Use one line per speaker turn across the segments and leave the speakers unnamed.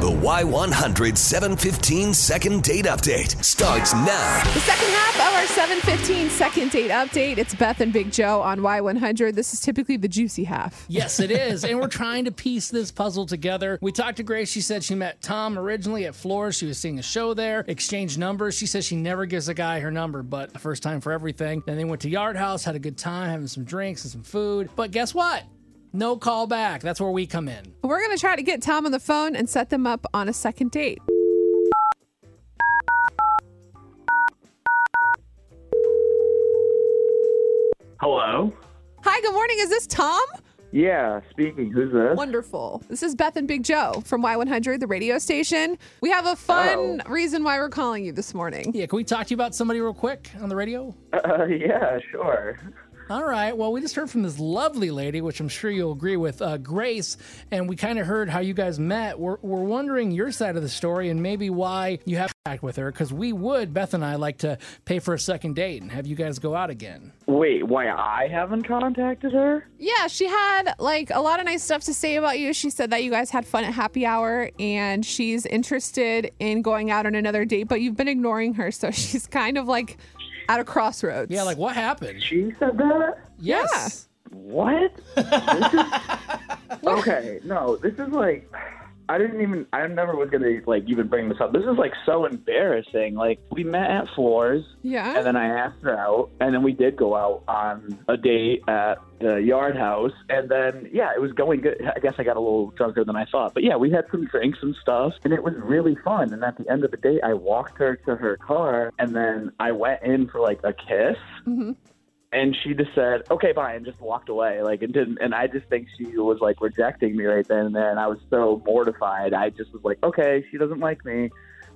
The Y100 715 second date update starts now.
The second half of our 715 second date update. It's Beth and Big Joe on Y100. This is typically the juicy half.
Yes, it is. and we're trying to piece this puzzle together. We talked to Grace. She said she met Tom originally at Flores. She was seeing a show there, exchanged numbers. She says she never gives a guy her number, but the first time for everything. Then they went to Yard House, had a good time, having some drinks and some food. But guess what? No call back. That's where we come in.
We're going to try to get Tom on the phone and set them up on a second date.
Hello.
Hi, good morning. Is this Tom?
Yeah, speaking. Who's this?
Wonderful. This is Beth and Big Joe from Y100, the radio station. We have a fun reason why we're calling you this morning.
Yeah, can we talk to you about somebody real quick on the radio?
Uh, yeah, sure.
All right. Well, we just heard from this lovely lady, which I'm sure you'll agree with, uh, Grace, and we kind of heard how you guys met. We're, we're wondering your side of the story and maybe why you have act with her, because we would, Beth and I, like to pay for a second date and have you guys go out again.
Wait, why I haven't contacted her?
Yeah, she had like a lot of nice stuff to say about you. She said that you guys had fun at happy hour and she's interested in going out on another date, but you've been ignoring her. So she's kind of like at a crossroads.
Yeah, like what happened?
She said that?
Yes.
What? this is... Okay, no, this is like. I didn't even. I never was gonna like even bring this up. This is like so embarrassing. Like we met at Floors,
Yeah.
and then I asked her out, and then we did go out on a date at the Yard House, and then yeah, it was going good. I guess I got a little drunker than I thought, but yeah, we had some drinks and stuff, and it was really fun. And at the end of the date, I walked her to her car, and then I went in for like a kiss, and she just said, "Okay, bye," and just walked away. Like it didn't, and I just think she was like rejecting me right then and there. And I was so mortified. I just was like, "Okay, she doesn't like me,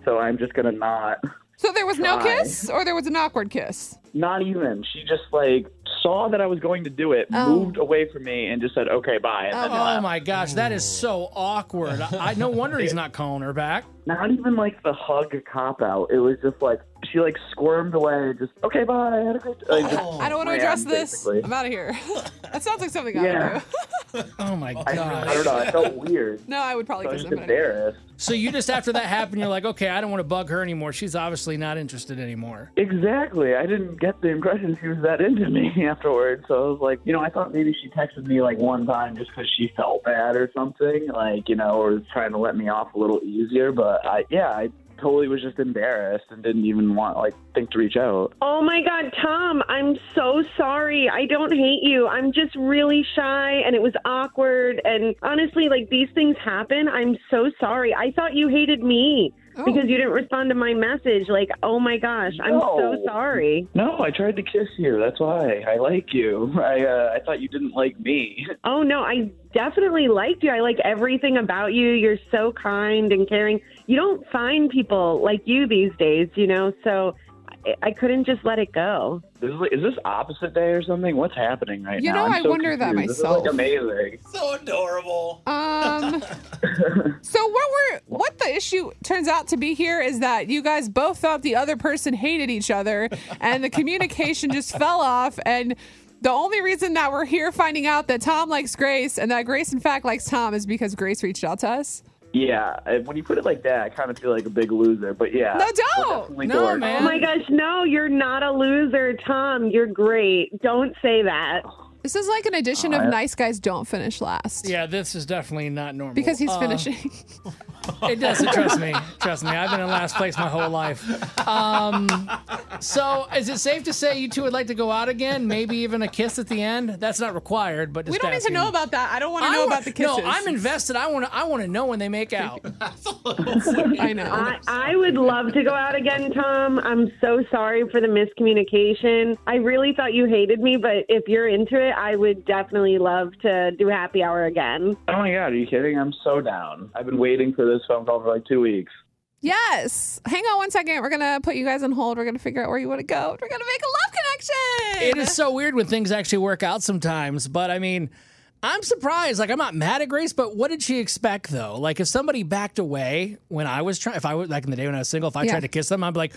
so I'm just gonna not."
so there was no
Try.
kiss or there was an awkward kiss?
Not even. She just like saw that I was going to do it,
Oh.
moved away from me, and just said, "Okay, bye." And then
Oh
left.
my gosh, that is so awkward. I, I no wonder he's not calling her back.
Not even like the hug cop out. It was just like she like squirmed away, and just okay, bye. I had a great. Like, just
Oh,
I don't want to
ran,
address this.
basically.
I'm out of here. that sounds like something I
Yeah.
would do.
Oh my
I
gosh.
don't know. It felt weird.
No, I would probably
I was
kiss
just
him. but I didn't.
embarrassed.
So you just after that happened, you're like, okay, I don't want to bug her anymore. She's obviously not interested anymore.
Exactly. I didn't get the impression she was that into me afterwards. So I was like, you know, I thought maybe she texted me like one time just 'cause she felt bad or something, like, you know, or was trying to let me off a little easier. But I, yeah, I totally was just embarrassed and didn't even want, like, think to reach out.
Oh my God, Tom, I'm so sorry. I don't hate you. I'm just really shy and it was awkward. And honestly, like these things happen. I'm so sorry. I thought you hated me
Oh.
because you didn't respond to my message. Like, oh my gosh, I'm
No.
so sorry.
No, I tried to kiss you. That's why I like you. I, uh, I thought you didn't like me.
Oh no, I definitely liked you. I like everything about you. You're so kind and caring. You don't find people like you these days, you know? So I, I couldn't just let it go.
This is, like, is this opposite day or something? What's happening right
You
now?
know,
I'm
I
so
wonder that
confused.
myself.
This is, like, amazing.
So adorable.
Um. so what we're what the issue turns out to be here is that you guys both thought the other person hated each other, and the communication just fell off. And the only reason that we're here finding out that Tom likes Grace and that Grace in fact likes Tom is because Grace reached out to us.
Yeah, and when you put it like that, I kind of feel like a big loser. But yeah,
No,
we're
don't.
definitely
No,
dorks.
man.
Oh my gosh, no, you're not a loser, Tom. You're great. Don't say that.
This is like an edition of
Aw.
Nice Guys Don't Finish Last.
Yeah, this is definitely not normal.
Because he's
Uh,
finishing.
It does. Trust me. Trust me. I've been in last place my whole life. Um, so, is it safe to say you two would like to go out again? Maybe even a kiss at the end? That's not required, but just
We don't need to
asking.
know about that. I don't want to
I
know
wa-
about the kisses.
No, I'm invested. I want to. I want to know when they make out.
I know.
I, I would love to go out again, Tom. I'm so sorry for the miscommunication. I really thought you hated me, but if you're into it, I would definitely love to do happy hour again.
Oh my god, are you kidding? I'm so down. I've been waiting for this phone call for like two weeks.
Yes. Hang on one second. We're going to put you guys on hold. We're going to figure out where you want to go. We're going to make a love
it
connection.
is so weird when things actually work out sometimes. But I mean, I'm surprised. Like I'm not mad at Grace, but what did she expect though? Like if somebody backed away when I was trying, if I was like in the day when I was single, if I
Yeah.
tried to kiss them, I'd be like,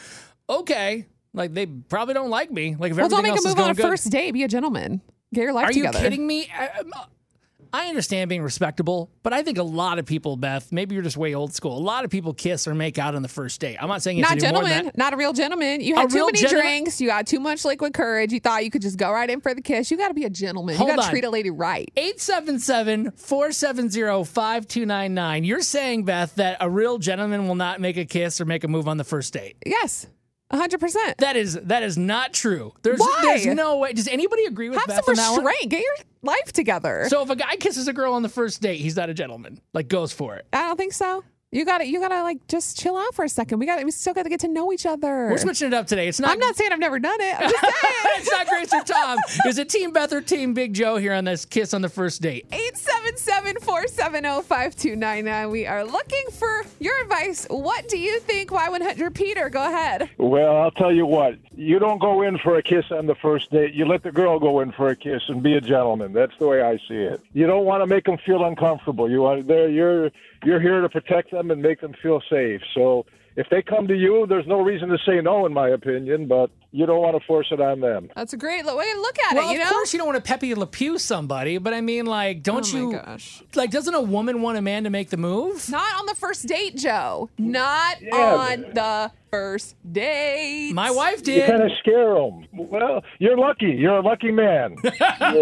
okay, like they probably don't like me. Like if
Well,
everything
don't make
else
a
is
move
going
on a
good,
first date. Be a gentleman. Get your life
Are
together.
you kidding me? I, I'm- um, I understand being respectable, but I think a lot of people, Beth, maybe you're just way old school. A lot of people kiss or make out on the first date. I'm not saying you have
Not
to do more than
gentleman,
that.
not a real gentleman. You
A
had too
real
many
gentleman-
drinks. You got too much liquid courage. You thought you could just go right in for the kiss. You got to be a gentleman.
Hold
you got
on.
to treat a lady right.
877 470 5299. You're saying, Beth, that a real gentleman will not make a kiss or make a move on the first date.
Yes, hundred percent.
That is that is not true. There's
Why?
there's no way. Does anybody agree with
Have
Beth
some
on that one?
restraint. Get your life together.
So if a guy kisses a girl on the first date, he's not a gentleman. Like goes for it.
I don't think so. You got to You got to like just chill out for a second. We got. We still got to get to know each other.
We're switching it up today. It's not.
I'm not saying I've never done it. I'm just saying.
it's not Grace or Tom. Is it Team Beth or Team Big Joe here on this kiss on the first date?
oh, 877-470-5299. We are looking for your advice. What do you think? Y100 Peter, go ahead.
Well, I'll tell you what. You don't go in for a kiss on the first date. You let the girl go in for a kiss and be a gentleman. That's the way I see it. You don't want to make them feel uncomfortable. You are there. You're you're here to protect them and make them feel safe. So if they come to you, there's no reason to say no, in my opinion. But you don't want to force it on them.
That's a great lo- way to look at
Well,
it, you
of
know?
course you don't want to Pepe Le Pew somebody, but I mean, like, don't
Oh
you?
my gosh.
Like, doesn't a woman want a man to make the move?
Not on the first date, Joe. Not on the first date.
My wife
You kind
did.
of scare them. Well, you're lucky. You're a lucky man. You're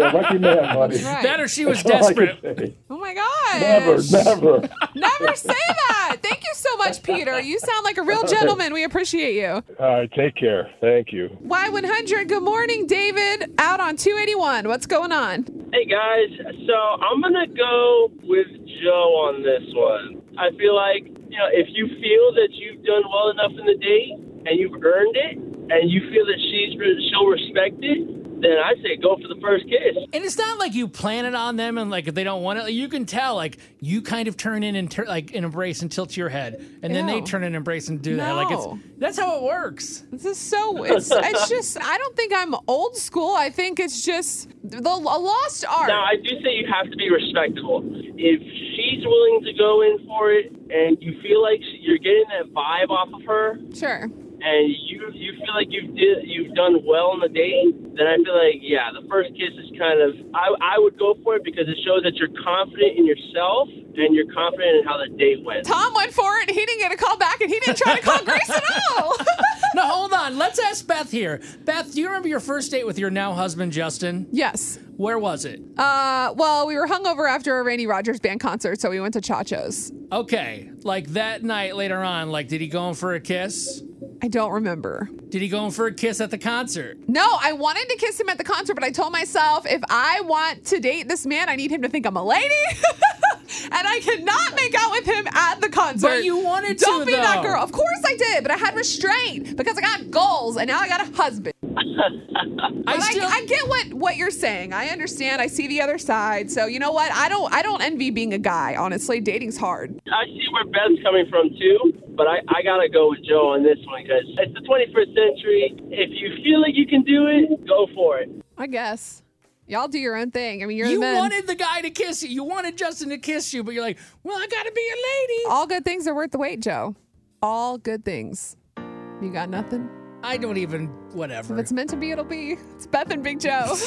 a lucky man, buddy.
Right.
That or she was
That's all I can
desperate.
say.
Oh my gosh.
Never, never.
Never say that. Thank you so much, Peter. You sound like a real gentleman. We appreciate you.
All right, take care. Thank you.
Y100, good morning, David. Out on 281. What's going on?
Hey guys, so I'm gonna go with Joe on this one. I feel like you know if you feel that you've done well enough in the date and you've earned it, and you feel that she's re- she'll respect it, then I say go for the first kiss.
And it's not like you plan it on them, and like if they don't want it, like, you can tell. Like you kind of turn in and tur like and embrace and tilt your head, and then they
Ew.
turn and embrace and do that. Like
No.
it's that's how it works.
This is so. It's, it's just. I don't think I'm old school. I think it's just the a lost art.
Now I do say you have to be respectful. If she's willing to go in for it, and you feel like she- you're getting that vibe off of her,
sure.
and you you feel like you've did, you've done well in the date, then I feel like yeah, the first kiss is kind of I I would go for it because it shows that you're confident in yourself and you're confident in how the date went.
Tom went for it. He didn't get a call back, and he didn't try to call Grace at all.
Now hold on, let's ask Beth here. Beth, do you remember your first date with your now husband Justin?
yes.
Where was it?
Uh. Well, we were hungover after a Randy Rogers band concert, so we went to Chacho's.
Okay, like that night later on, like did he go in for a kiss?
I don't remember.
Did he go in for a kiss at the concert?
No, I wanted to kiss him at the concert, but I told myself if I want to date this man, I need him to think I'm a lady. And I cannot make out with him at the concert.
But you wanted to,
Don't be that
though.
girl. Of course I did, but I had restraint because I got goals and now I got a husband.
I
But I,
still
I get what, what you're saying. I understand. I see the other side. So you know what? I don't I don't envy being a guy, honestly. Dating's hard.
I see where Beth's coming from too, but I, I gotta go with Joe on this one because it's the 21st century. If you feel like you can do it, go for it.
I guess. Y'all do your own thing. I mean you're
you
the men.
wanted the guy to kiss you. You wanted Justin to kiss you, but you're like, well, I gotta be a lady.
All good things are worth the wait, Joe. All good things. You got nothing?
I don't even whatever.
If it's meant to be, it'll be. It's Beth and Big Joe.